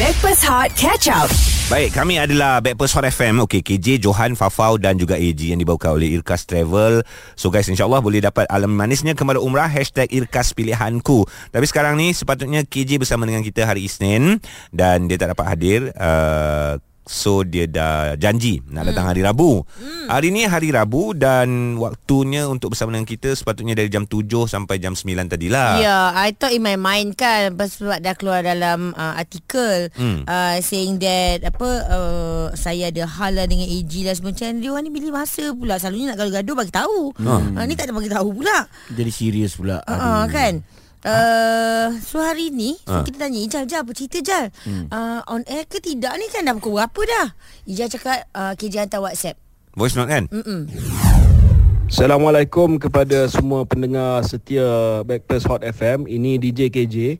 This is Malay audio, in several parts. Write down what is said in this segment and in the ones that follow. Breakfast Hot Catch Up. Baik, kami adalah Backpast Hot FM. Okey, KJ, Johan, Fafau dan juga AG yang dibawakan oleh Irkas Travel. So guys, insyaAllah boleh dapat alam manisnya kembali umrah. Hashtag Irkas Pilihanku. Tapi sekarang ni, sepatutnya KJ bersama dengan kita hari Isnin. Dan dia tak dapat hadir. Uh, So dia dah janji nak Hmm. datang hari Rabu. Hari ni hari Rabu dan waktunya untuk bersama dengan kita sepatutnya dari jam 7 sampai jam lah. 9 Ah. tadilah. Yeah, Ya, I thought in my mind kan lepas sebab dah keluar dalam uh, artikel Hmm. hmm. uh, saying that apa uh, saya ada hal lah dengan AG lah semua macam dia orang ni bila masa pula selalunya nak gaduh-gaduh bagi tahu. Hmm. Uh, ni tak ada bagi tahu pula. Jadi serius pula Uh, Aduh. kan? Uh, so hari ni Ah. so kita tanya Ijal Jal apa cerita Jal hmm. uh, On air ke tidak ni kan dah pukul berapa dah Ijal cakap uh, KJ hantar whatsapp Voice note kan? Mm-mm. Assalamualaikum kepada semua pendengar setia Backpast Hot FM. Ini DJ KJ.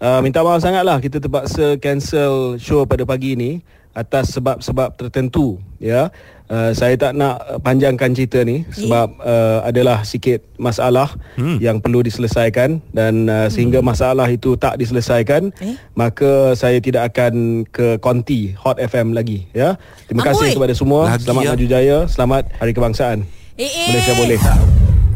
Uh, minta maaf sangatlah kita terpaksa cancel show pada pagi ini atas sebab-sebab tertentu ya. Uh, saya tak nak uh, panjangkan cerita ni sebab uh, adalah sikit masalah hmm. yang perlu diselesaikan dan uh, sehingga masalah itu tak diselesaikan Hmm. Eh? eh? maka saya tidak akan ke konti Hot FM lagi ya. Terima Amboi. kasih kepada semua. Lagi selamat ya. maju jaya, selamat Hari Kebangsaan. Eh, eh. Malaysia boleh.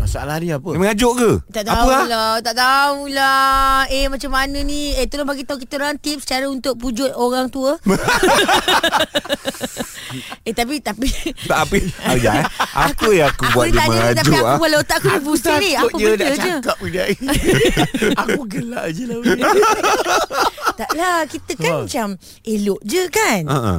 Masalah dia apa? Dia mengajuk ke? Tak Apa ah? tahulah, tak tahulah. Eh macam mana ni? Eh tolong bagi tahu kita orang tips cara untuk pujuk orang tua. eh tapi tapi Tak apa. Ah, ya, eh. Apa yang aku buat ni dia tak ada, tapi mengajuk aku ah? walau otak aku ni pusing ni. Apa dia benda nak je? cakap budak ni Aku gelak je lah budak Taklah, kita kan macam elok je kan? Ha, ha.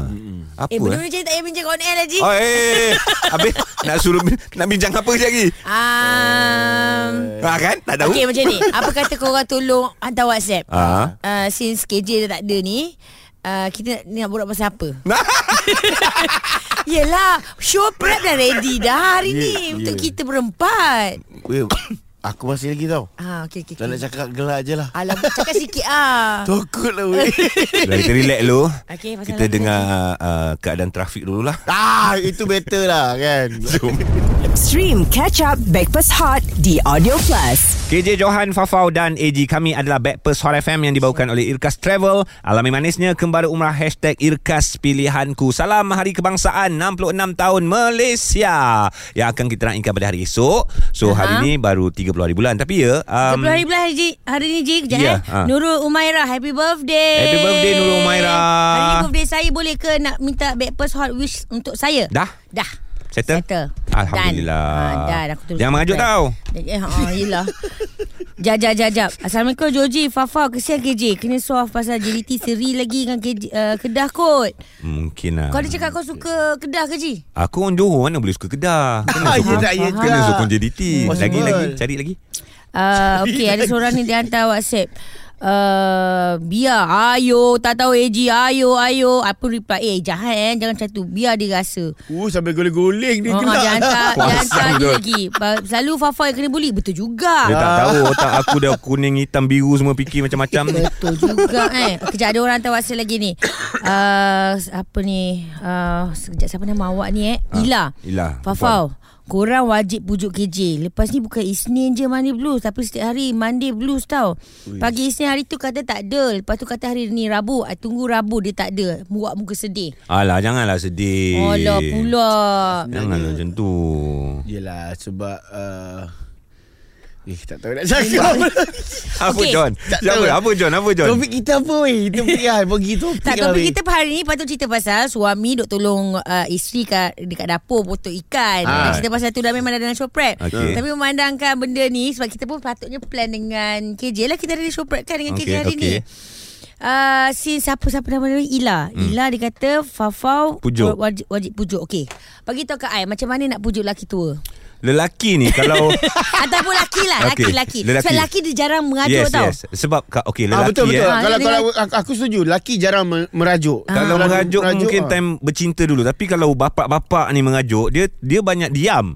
Apa? Eh eh? benda-benda macam ni tak payah bincang on air lah Ji. Oh, eh, eh, eh. Habis nak suruh bin- nak bincang apa sekejap lagi? Um, Ha kan? Tak tahu. okay macam ni. Apa kata korang tolong hantar WhatsApp? Ah. Uh, since KJ dah tak ada ni, uh, kita nak, nak borak pasal apa? Yelah Show prep dah ready dah hari ni Ya, Untuk ya. kita berempat Weh, Aku masih lagi tau Ah, okay, okay, Tak nak okay. cakap gelak je lah Alah cakap sikit ah. Takut lah weh Dah, kita relax dulu. Okey, pasal kita apa dengar uh, keadaan trafik lah. dululah. Ah, itu better lah kan Stream Catch Up Breakfast Hot di Audio Plus. KJ Johan, Fafau dan AG kami adalah Backpast Hot FM yang dibawakan oleh Irkas Travel. Alami manisnya kembali umrah hashtag Irkas Pilihanku. Salam Hari Kebangsaan 66 tahun Malaysia yang akan kita raikan pada hari esok. So Aha. hari ni baru 30 hari bulan tapi ya um, 30 hari bulan hari, Ji- hari ni Ji Kejap yeah, Ya, ah. eh Nurul Umaira Happy birthday Happy birthday, Nurul Umaira. Hari ni birthday saya Boleh ke nak minta Breakfast hot wish Untuk saya Dah? Dah Settle? Settle Alhamdulillah. Dan, ha, dan aku terus Jangan mengajuk prep. tau. Eh, ha, yelah Jap, jap, jap, jap Assalamualaikum Joji Fafa Kesian KJ Kena suaf pasal JDT Seri lagi dengan KJ, uh, Kedah kot Mungkin lah. Kau ada cakap kau suka Kedah ke Ji? Aku orang Johor mana boleh suka Kedah. Kena Ah, sokong, ya tak, ya kena tak. sokong JDT. Possible. Lagi lagi cari lagi. Uh, okay, ada seorang ni dia hantar WhatsApp. Uh, biar Ayo Tak tahu AG Ayo Ayo Apa reply Eh jahat eh Jangan macam tu Biar dia rasa Uh, sampai guling-guling dia Oh, oh, gelak dia lah. hantar Dia Kuasang hantar ni tu. lagi Ba- Selalu Fafa yang kena bully Betul juga Dia tak Ah. tahu otak aku dah kuning hitam biru semua fikir macam-macam ni. Betul juga eh Kejap ada orang hantar WhatsApp lagi ni uh, Apa ni uh, Sekejap siapa nama awak ni eh Ila Ila, Fafau Korang wajib pujuk KJ Lepas ni bukan Isnin je Monday Blues Tapi setiap hari Monday Blues tau Pagi Isnin hari tu kata tak ada Lepas tu kata hari ni Rabu I Tunggu Rabu dia tak ada Buat muka sedih Alah janganlah sedih. Oh lah pula Janganlah macam tu. Yelah sebab uh, Eh tak tahu nak cakap Apa Okey. John? Tak Apa, tahu. apa John? Apa John? Topik kita apa weh Topik lah Bagi topik tak lah, topik weh. kita hari ni patut cerita pasal suami duk tolong uh, isteri kat dekat dapur potong ikan. Ah. Ha. Cerita pasal tu dah memang dah dalam show prep. Okey. Tapi memandangkan benda ni sebab kita pun patutnya plan dengan KJ lah kita ada show prep kan dengan Okey, KJ hari okey. ni. Uh, si siapa siapa nama dia Ila. Hmm. Ila dia kata Fafau Pujuk. wajib, wajib pujuk. Okey. Bagi tahu kat ai macam mana nak pujuk lelaki tua. Lelaki ni kalau Ataupun lelaki lah, Okey, lelaki-lelaki. Sebab lelaki. lelaki dia jarang mengajuk yes, tau. yes. Sebab ka- okey lelaki ah, betul eh. betul. Ah, kalau dia kalau aku, aku setuju laki jarang me- merajuk. Ah. Kalau mengajuk mungkin ah. time bercinta dulu tapi kalau bapak-bapak ni mengajuk dia dia banyak diam.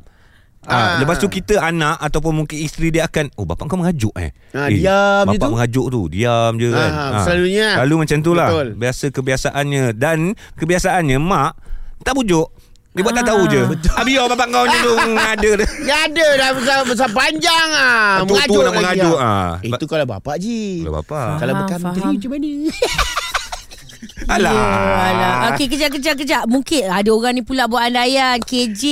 Ah, Ah. lepas tu kita anak ataupun mungkin isteri dia akan oh bapak kau mengajuk eh. Ah, eh diam je bapak tu. mengajuk tu, diam je kan. Ah, selalunya. Selalu macam tu lah. Betul. Biasa kebiasaannya dan kebiasaannya mak tak pujuk. Dia buat tak Ah. tahu je. Ah, biar bapak kau ni tu Hmm, ada dia. Ya ada dah besar, besar panjang ah. Tu- tu nak lagi, mengajuk, ah. ah. Itu kalau bapak ji. Kalau bapak. Kalau Faham, bukan faham. menteri macam mana? Alah. Yeah, Ya, alah. Okey, kejap, kejap, kejap. Mungkin ada orang ni pula buat andaian. KJ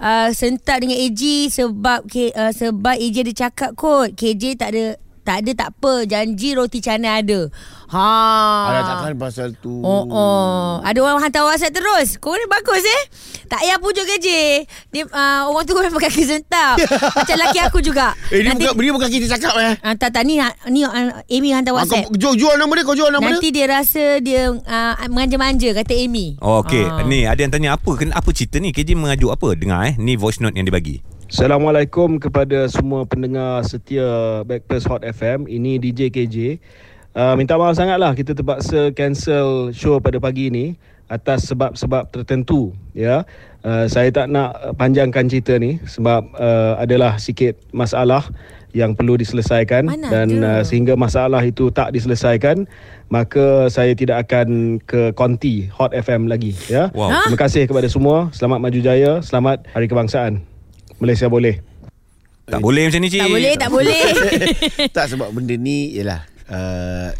uh, sentak dengan AG sebab K, uh, sebab AG ada cakap kot. KJ tak ada tak ada tak apa janji roti canai ada. Ha. Ada takkan pasal tu. Oh, oh. Ada orang hantar WhatsApp terus. Kau ni bagus eh. Tak payah pujuk KJ. Dia uh, orang tu memang kaki sentak. Macam laki aku juga. Eh, dia bukan, dia bukan kita cakap eh. Ah, tak, tak ni, ha- ni ah, Amy hantar WhatsApp. Aku, jual, jual nama dia, kau jual nama Nanti dia rasa dia uh, manja-manja kata Amy. Oh, Okey, Ah. ni ada yang tanya apa kena apa cerita ni? KJ mengajuk apa? Dengar eh, ni voice note yang dia bagi. Assalamualaikum kepada semua pendengar setia Backpast Hot FM. Ini DJ KJ. Uh, minta maaf sangatlah kita terpaksa cancel show pada pagi ini atas sebab-sebab tertentu ya. Uh, saya tak nak uh, panjangkan cerita ni sebab uh, adalah sikit masalah yang perlu diselesaikan Mana dan ada. uh, sehingga masalah itu tak diselesaikan maka saya tidak akan ke konti Hot FM lagi ya. Wow. Hah? Terima kasih kepada semua. Selamat maju jaya, selamat Hari Kebangsaan. Malaysia boleh. Eh. Tak boleh macam ni, cik. Tak boleh, tak boleh. dia. tak sebab benda ni ialah uh,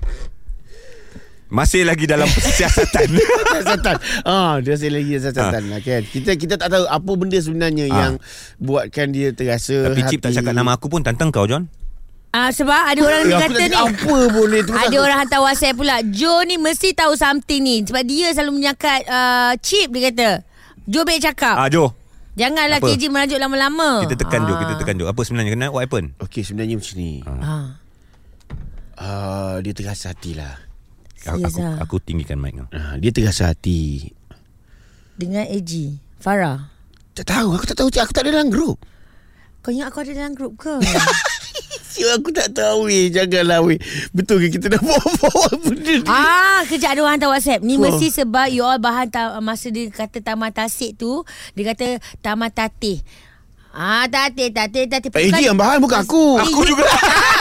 Masih lagi dalam siasatan. siasatan. Ah, dia saya lagi siasatan lah kan. Kita kita tak tahu apa benda sebenarnya Ah. yang buatkan dia terasa Tapi Cip tak hati- cakap nama aku pun tantang kau, John. Ah sebab ada orang Eh, dia aku kata tak ni. cakap apa boleh tu Ada orang hantar WhatsApp pula. Joe ni mesti tahu something ni sebab dia selalu menyakat uh, chip dia kata. Joe baik cakap. Ah, Jo. Janganlah apa? KJ merajuk lama-lama. Kita tekan, Jo. Ah. Kita tekan, Jo. Apa sebenarnya? Kena what happen? Okey sebenarnya macam ni. Ah. Ah, dia terasa hati lah. Aku, Serius aku, ah. aku tinggikan mic kau. Ah, dia terasa hati. Dengan AG Farah Tak tahu, aku tak tahu Cik. aku tak ada dalam grup. Kau ingat aku ada dalam grup ke? Cik, Ya, aku tak tahu weh, janganlah weh. Betul ke kita dah bawa-bawa benda ni? ah, kejap ada orang hantar WhatsApp. Ni Wah. mesti sebab you all bahan ta- masa dia kata Taman Tasik tu, dia kata Taman Tatih. Ah, Tatih, Tatih, Tatih. Pak Eji Eh, yang bahan bukan aku. Aku juga.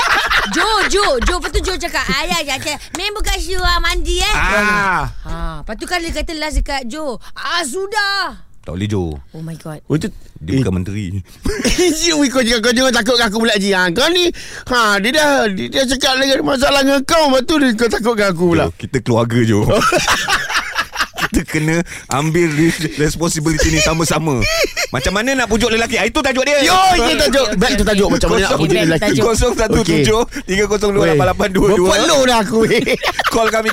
Jo, Jo, Jo. Lepas tu Jo cakap, Ah, ayah cakap, ya. main bukan syurah mandi eh. Ah. Ha, lepas tu kan dia kata last dekat Jo. Ah, sudah. Tak boleh, Jo. Oh my god. Oh itu Dia bukan menteri. Cik Wih kau jangan, kau jangan takut aku pula Ji ha, Kau ni ha, Dia dah Dia, dia cakap lagi ada masalah dengan kau Lepas tu dia, kau takutkan aku pula Oh. Jo, kita keluarga, Jo. kita kena ambil re- responsibility ni sama-sama. Macam mana nak pujuk lelaki? Ah, Itu tajuk dia. Yo, itu tajuk. okey, Back tu okey. tajuk macam mana nak Kosong- puji lelaki. Tajuk. 0173028822. Berpeluh dah aku. weh. Call kami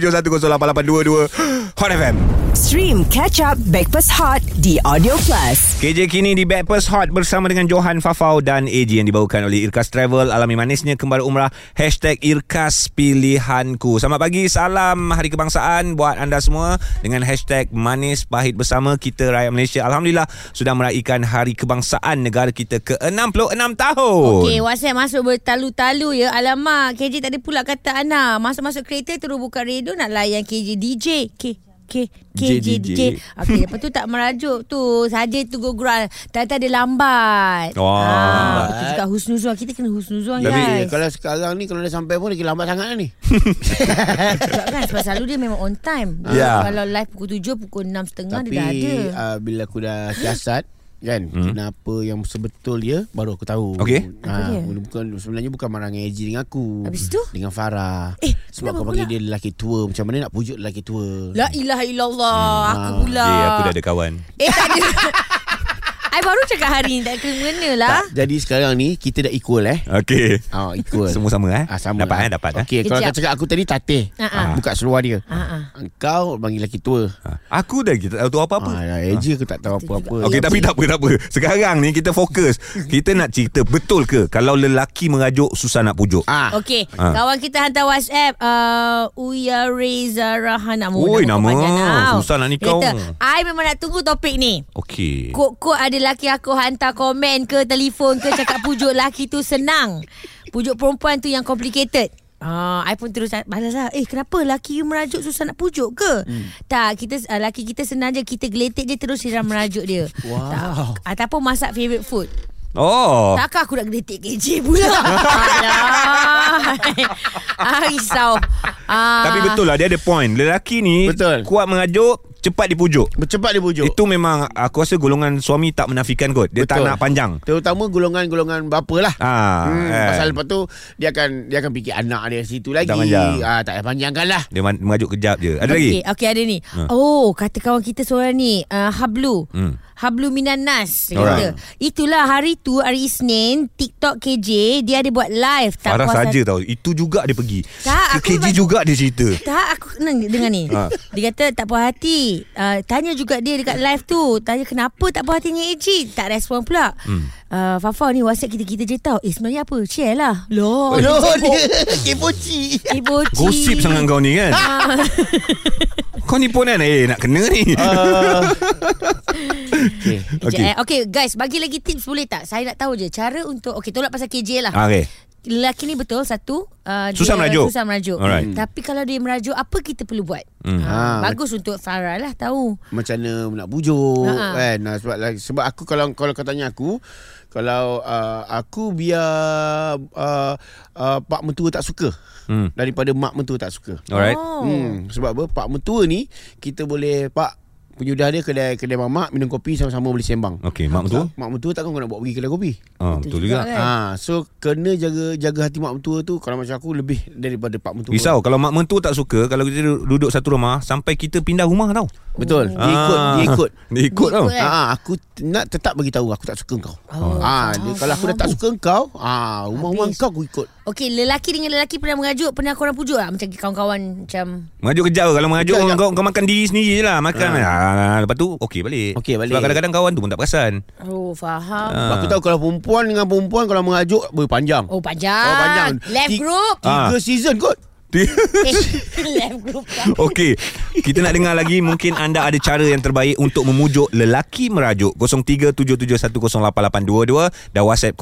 0377108822 Hot FM. Stream Catch Up Backpass Hot The Audio Plus. KJ kini di Backpast Hot bersama dengan Johan Fafau dan AG yang dibawakan oleh Irkas Travel. Alami manisnya kembali umrah. Hashtag Irkas Pilihanku. Selamat pagi, salam Hari Kebangsaan buat anda semua. Dengan hashtag Manis Pahit Bersama kita rakyat Malaysia. Alhamdulillah sudah meraihkan Hari Kebangsaan negara kita ke-66 tahun. Okey, WhatsApp masuk bertalu-talu ya. Alamak, KJ tak ada pula kata Ana. Masuk-masuk kereta terus buka radio nak layan KJ DJ. K K K J DJ. Okey, lepas tu tak merajuk tu. Saja tu gurau. Tata dia lambat. Oh, Ah, lambat. betul juga husnuzon. Kita kena husnuzon Tapi guys. kalau sekarang ni Kalau dah sampai pun Lagi lambat sangat lah ni Sebab kan sebab selalu dia memang on time. Dia Ya. Kalau live pukul 7 pukul 6.30 Tapi dia dah ada. uh, Bila aku dah siasat Kan hmm. Kenapa yang sebetul dia Baru aku tahu Okey. Apa ha, dia? bukan, Sebenarnya bukan marah dengan Eji dengan aku Habis tu? Dengan Farah Eh, Sebab kenapa kau pula? panggil Lah. dia lelaki tua Macam mana nak pujuk lelaki tua La ilaha illallah hmm. Aku pula Eh, aku dah ada kawan. Eh tak ada I baru cakap hari ni Tak kena mengena lah Tak, jadi sekarang ni kita dah equal eh. Okey. Ah equal. Semua sama eh? Ah sama. Dapat eh, dapat eh. Okey, kalau Kejap. kau cakap aku tadi tatih. Ah, ah. Buka seluar dia. Ah, Kau panggil lelaki tua. Ah, Aku dah kita tak tahu apa-apa. Ah, Eji aku tak tahu apa-apa. Okey tapi tak apa tak apa. Sekarang ni kita fokus. Kita nak cerita betul ke kalau lelaki merajuk susah nak pujuk? Ah. Okay Ah. Kawan kita hantar whatsapp uh, Uya Reza Rahana Oi, nama. Susah nak nikah. Kata I memang nak tunggu topik ni Okey. Kok-kok ada laki aku hantar komen ke telefon ke cakap pujuk laki tu senang. Pujuk perempuan tu yang complicated. Ah, I pun terus balas lah. Eh, kenapa laki you merajuk susah nak pujuk ke? Hmm. Tak, kita ah, laki kita senang je. Kita geletik je terus dia dah merajuk dia. Wow. Tak, ataupun masak favourite food. Oh. Takkan aku nak geletik KJ pula. Alah. ah, risau. Ah. Tapi betul lah dia ada point. Lelaki ni Betul. kuat merajuk cepat dipujuk. Cepat dia bujuk Itu memang aku rasa golongan suami tak menafikan kot. Dia Betul. tak Betul. nak panjang. Terutama golongan-golongan bapa lah Ah, hmm, eh. Pasal lepas tu Dia akan Dia akan fikir anak dia situ lagi Tak panjang. ah, Tak payah panjangkan lah Dia man- mengajuk kejap je. Ada Okey, lagi? okey ada ni. Ha. Oh, kata kawan kita seorang ni, uh, Hablu. Hmm. Hmm. Hablu Minan Nas dia kata. Alright. Itulah hari tu hari Isnin TikTok KJ dia ada buat live tak Farah puas saja hati. tau. Itu juga dia pergi. Tak, aku Ke KJ bagi- juga dia cerita. Tak aku kena dengar ni. Ha. Dia kata tak puas hati. Uh, tanya juga dia dekat live tu. Tanya kenapa tak puas hati dengan AJ. Tak respon pula. Hmm. Uh, Fafa ni WhatsApp kita-kita je tahu. Eh sebenarnya apa? Share lah. Loh. Oh, Loh dia Kepoci Eh, bocil. Gosip sangat kau ni kan. Ah. kau ni pun kan eh nak kena ni. Ah. okay. Okey. Okay. okay eh. guys Bagi lagi tips boleh tak Saya nak tahu je Cara untuk Okay tolak pasal KJ lah Ah, Okey. Lelaki ni betul Satu uh, Susah dia merajuk. Susah merajuk Alright. hmm. Tapi kalau dia merajuk Apa kita perlu buat Hmm. hmm. Ah, ha, Bagus untuk Farah lah tahu Macam mana nak bujuk Ha-ha. kan Ah, sebab lah- sebab aku kalau kalau kau tanya aku kalau uh, aku biar uh, uh, pak mentua tak suka Hmm. daripada mak mentua tak suka. Alright. oh. Hmm, sebab apa? Pak mentua ni kita boleh pak penyudah dia kedai kedai mamak minum kopi sama-sama boleh sembang. Okey, mak mentua? Mak mentua takkan kau nak bawa pergi kedai kopi. Eh. Ah, betul juga. kan? Ha, so kena jaga jaga hati mak mentua tu kalau macam aku lebih daripada pak mentua. Risau kalau mak mentua tak suka kalau kita du- duduk satu rumah sampai kita pindah rumah tau. Betul. Dia ikut, Ah. dia ikut. Dia ikut tau. Dia ikut, Oh. eh? Ah, aku t- nak tetap bagi tahu aku tak suka kau. Oh. Ah, Ah, dia, kalau aku dah tak suka kau, ah rumah-rumah Habis. kau aku ikut. Okay lelaki dengan lelaki Pernah merajuk Pernah korang pujuk tak Macam kawan-kawan Macam Mengajuk kejap Kalau mengajuk kau, Kejap, kau, kejap. kau makan diri sendiri je lah Makan ha. Ha. Lepas tu Okey balik Okey, balik. Sebab kadang-kadang kawan tu pun tak perasan Oh faham Ah. Ha. Aku tahu kalau perempuan dengan perempuan kalau mengajuk berpanjang. Oh panjang Oh, panjang. Left Ti- group Ah. Tiga season kot. eh, Left group Okey Kita nak dengar lagi Mungkin anda ada cara yang terbaik Untuk memujuk lelaki merajuk 0377108822 Dan WhatsApp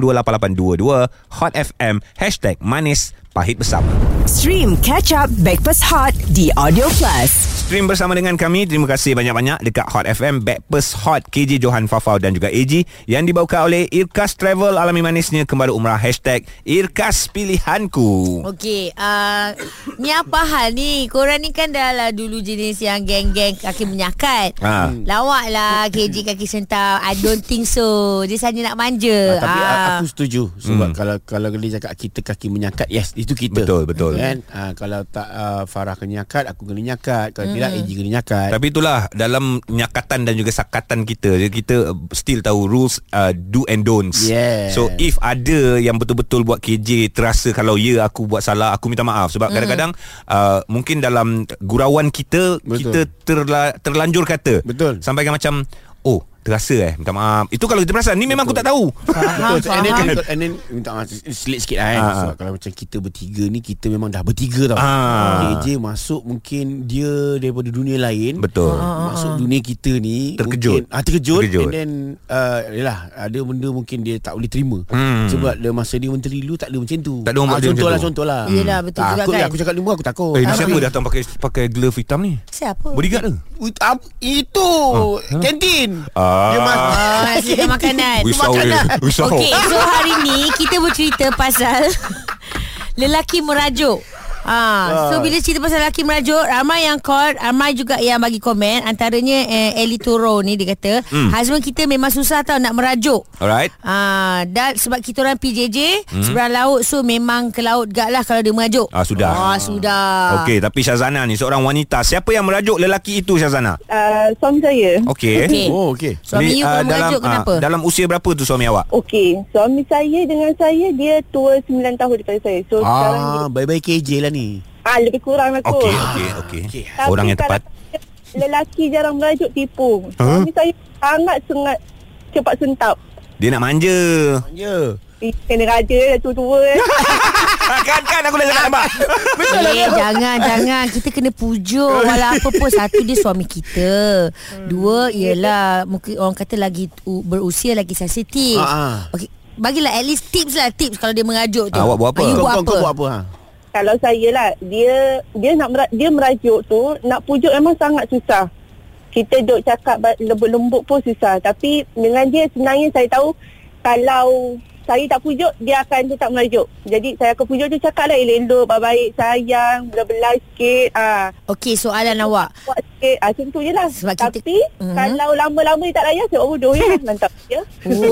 0173028822 Hot FM Hashtag Manis Pahit Bersama Stream Catch Up Backpass Hot di Audio Plus. Stream bersama dengan kami Terima kasih banyak-banyak Dekat Hot FM Backpast Hot KJ Johan Fafau Dan juga AG Yang dibawakan oleh Irkas Travel Alami manisnya Kembali umrah Hashtag Irkas Pilihanku Okey, uh, ni apa hal ni? Korang ni kan dah lah dulu jenis yang geng-geng kaki menyakat. Ha. Lawak lah KJ kaki sentau. I don't think so. Dia saja nak manja. Ah, tapi Ah. ah. aku setuju sebab hmm. kalau kalau dia cakap kita kaki menyakat, yes itu kita. Betul, betul. Kan? Ah, kalau tak ah, Farah kena nyakat, aku kena nyakat. Kalau hmm. tidak AG kena nyakat. Tapi itulah Dalam nyakatan dan juga sakatan kita Kita still tahu rules uh, Do and don'ts Yes. So if ada Yang betul-betul buat KJ Terasa kalau ya aku buat salah Aku minta maaf Mm. Sebab kadang-kadang uh, Mungkin dalam gurauan kita Betul. Kita terla, terlanjur kata Betul. Sampaikan macam Oh terasa eh Minta maaf Itu kalau kita perasan Ni memang aku tak tahu Betul. Faham, And then, faham. and then minta maaf selit sikit lah kan. Ah. Sebab kalau macam kita bertiga ni kita memang dah bertiga tau. Ah. AJ masuk mungkin dia daripada dunia lain. Betul. Ah, Masuk dunia kita ni Terkejut. mungkin, ah, terkejut, Terkejut. terkejut And then uh, Yelah Ada benda mungkin Dia tak boleh terima Hmm. Sebab dia, masa dia menteri dulu Tak ada macam tu Tak ada orang buat dia macam Contoh lah tu. contoh lah Hmm. Yelah, betul juga Takut kan? lah, Aku cakap lima aku takut Eh ni Ah, siapa tapi- datang pakai pakai glove hitam ni Siapa? Bodyguard ke Ui, ap- ah, Itu Kantin Ah. Dia mas- Ah, nak cerita makanan. Risau dia Risau Okey, so hari ni kita bercerita pasal lelaki merajuk. Ha, so bila cerita pasal lelaki merajuk Ramai yang call Ramai juga yang bagi komen Antaranya eh, Eli Toro ni dia kata hmm. Husband kita memang susah tau nak merajuk Alright Ah, dan sebab kita orang PJJ hmm. seberang laut so memang ke laut gak lah kalau dia merajuk. Ah, sudah. Ah sudah. Okey, tapi Syazana ni seorang wanita. Siapa yang merajuk lelaki itu Syazana? Uh, suami saya. Okey. Okey. Oh okay Suami you ah, kalau merajuk kenapa? ah, dalam usia berapa tu suami awak? Okey, suami saya dengan saya dia tua 9 tahun daripada saya. So ah. sekarang dia, Ah, Bye-bye KJ lah ni ah lebih kurang lah kot. Okey, okey, Oh. okey. Okey. Tapi Orang yang kalau tepat. Lelaki jarang merajuk tipu. Huh? Suami saya sangat sangat cepat sentap. Dia nak manja. Ya yeah. Eh, Kena raja eh, dah tua-tua Ya, eh. Ah, kan kan aku dah cakap nampak. Eh, jangan, jangan. Kita kena pujuk. Walau apa pun, satu dia suami kita. Dua, ialah mungkin orang kata lagi tu, berusia, lagi sensitif. Ah, Okey, bagilah at least tips lah, tips kalau dia mengajuk tu. Ah, awak buat apa? Ah, you Kau, buat kau, apa? kau buat apa ha? Kalau saya lah dia dia nak mera- dia merajuk tu nak pujuk memang sangat susah. Kita duk cakap ba- lembut-lembut pun susah tapi dengan dia sebenarnya saya tahu kalau saya tak pujuk, dia akan tetap merajuk. Jadi saya akan pujuk tu cakap lah elok-elok, baik-baik, sayang, belah-belah sikit. Ah. Okey, soalan awak. Buat sikit. Ah, macam tu je lah. Sebab kita- Tapi Mhm. kalau kalau lama-lama dia tak layan, saya bodoh ya. Mantap. Ya.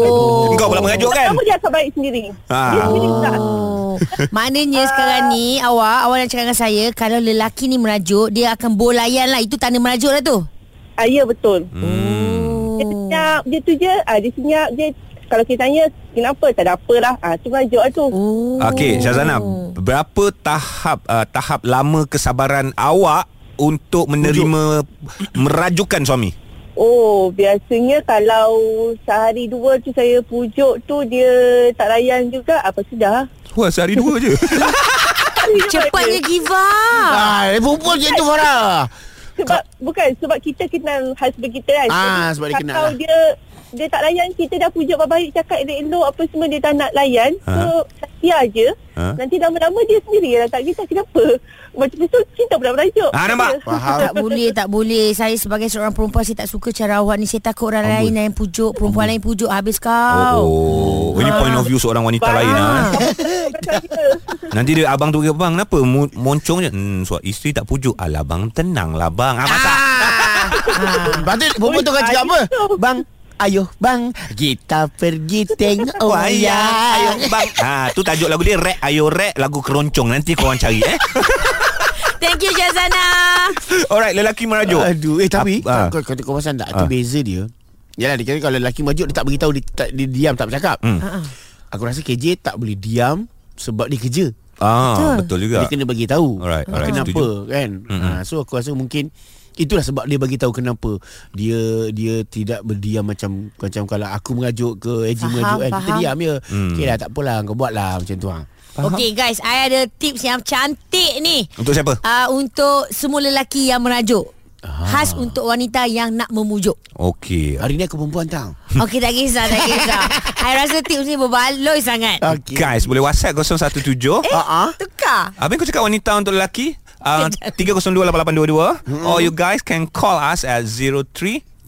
Oh. Engkau pula mengajuk kan? Lama dia akan baik sendiri. Ah. Dia sendiri tak. Oh. Maknanya sekarang ni awak awak nak cakap dengan saya kalau lelaki ni merajuk dia akan bolayan lah itu tanda merajuk lah tu. Ah, ya, betul. Dia Hmm. Oh. senyap, dia tu je. Ah, dia senyap, dia kalau kita tanya kenapa tak ada apalah ah tu merajuk lah tu Hmm. Oh. Okey, Syazana, berapa tahap uh, tahap lama kesabaran awak untuk menerima merajukan suami? Oh, biasanya kalau sehari dua tu saya pujuk tu dia tak layan juga. Ah, Apa sudah? Wah, sehari dua je. Cepatnya give up. Ah, dia perempuan macam tu Farah. Sebab bukan sebab kita kenal husband kita kan. Ah, Jadi, sebab dia kenal Kalau lah. dia dia tak layan kita dah pujuk baik-baik cakap elok-elok apa semua dia tak nak layan. Ah. Ha. So dia je. Ha. Ha. Nanti lama-lama dia sendiri lah tak kisah kenapa. Macam tu kita pula merajuk. Ah, nampak? Faham. Tak boleh, tak boleh. Saya sebagai seorang perempuan saya tak suka cara awak ni. Saya takut orang lain yang pujuk, perempuan lain pujuk habis kau. Oh, oh. ini point of view seorang wanita lain ah. Nanti dia abang tu kata, "Bang, kenapa Mu- moncong je?" Hmm, so isteri tak pujuk. Alah bang, tenanglah bang. Ah, masak. Ah. Lepas tu perempuan tu akan cakap apa? Bang, ayuh bang, kita pergi tengok ya. wayang. ayo bang. Ha, tu tajuk lagu dia rap ayo rap lagu keroncong. Nanti kau orang cari eh. Thank you Syazana. Alright, lelaki merajuk. Aduh, eh tapi Ah, ah. kau kau kau pasal tak Ah. tu beza dia. Yalah dia kata kalau lelaki merajuk dia tak beritahu dia, tak, dia diam tak bercakap. Ah, Hmm. Aku rasa KJ tak boleh diam sebab dia kerja. Ah, betul juga. Dia kena bagi tahu Alright, alright, kenapa setuju. kan. Mm-mm. Ha, so aku rasa mungkin itulah sebab dia bagi tahu kenapa dia dia tidak berdiam macam macam kalau aku mengajuk ke Eji Faham, mengajuk kan. Kita faham. diam je. Hmm. Hmm. Okay lah tak apalah kau buat lah macam tu ha. Okey guys, I ada tips yang cantik ni. Untuk siapa? Uh, untuk semua lelaki yang merajuk. Ah. Khas untuk wanita yang nak memujuk. Okey. Hari ni aku perempuan tau. Okey tak kisah Tak kisah I rasa tips ni berbaloi sangat Okay. Guys, boleh WhatsApp 017. Eh Ah, ah. tukar Habis kau cakap wanita untuk lelaki uh, 3028822 or Oh, you guys can call us at 03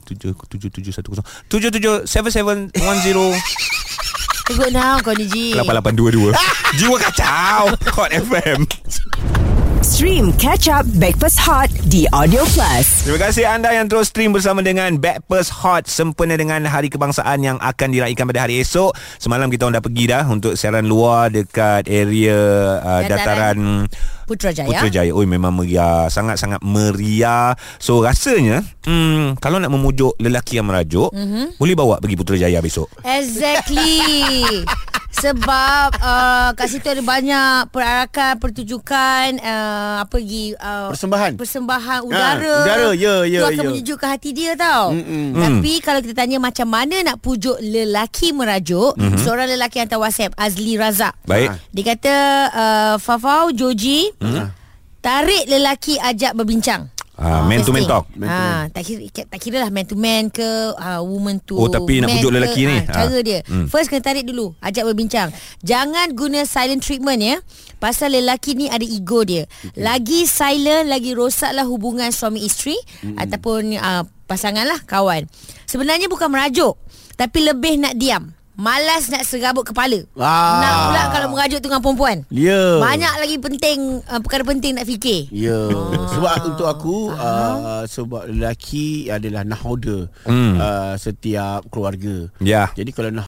7710 777710 Tengok now kau ni Ji lah? 8822 Jiwa kacau Hot FM Stream Catch Up Breakfast Hot The Audio Plus. Terima kasih anda yang terus stream bersama dengan Backpers Hot sempena dengan Hari Kebangsaan yang akan diraikan pada hari esok. Semalam kita orang dah pergi dah untuk siaran luar dekat area uh, dataran, Dataran Ya. Putrajaya Putrajaya. Oi memang meriah, sangat-sangat meriah. So rasanya hmm, kalau nak memujuk lelaki yang merajuk, mm-hmm. boleh bawa pergi Putrajaya besok. Exactly Sebab uh, Kat situ ada banyak Perarakan Pertujukan uh, Apa lagi uh, Persembahan. Persembahan udara Ah, udara, ya, ya, Itu akan ya. Mm. menyejukkan hati dia tau Mm-mm. Tapi kalau kita tanya Macam mana nak pujuk Lelaki merajuk mm-hmm. Seorang lelaki hantar whatsapp Azli Razak Baik. Dia kata uh, Fafau Joji hmm. Tarik lelaki ajak berbincang Ah, man to Testing. man talk. Ah, tak kira tak kira lah man to man ke ah, woman to Oh, tapi nak man pujuk ke, lelaki ni. ah, Cara Ah. dia. Hmm. First kena tarik dulu, ajak berbincang. Jangan guna silent treatment ya. Pasal lelaki ni ada ego dia. Hmm. Lagi silent lagi rosaklah hubungan suami isteri Hmm. ataupun ah, pasangan lah kawan. Sebenarnya bukan merajuk, tapi lebih nak diam. Malas nak serabut kepala. Ah. Nak pula kalau merajuk tu dengan perempuan. Ya. Banyak Oh. lagi penting uh, perkara penting nak fikir. Ya Sebab untuk aku uh, Sebab lelaki adalah nahoda Hmm. uh, Setiap keluarga Ya. Jadi kalau nah,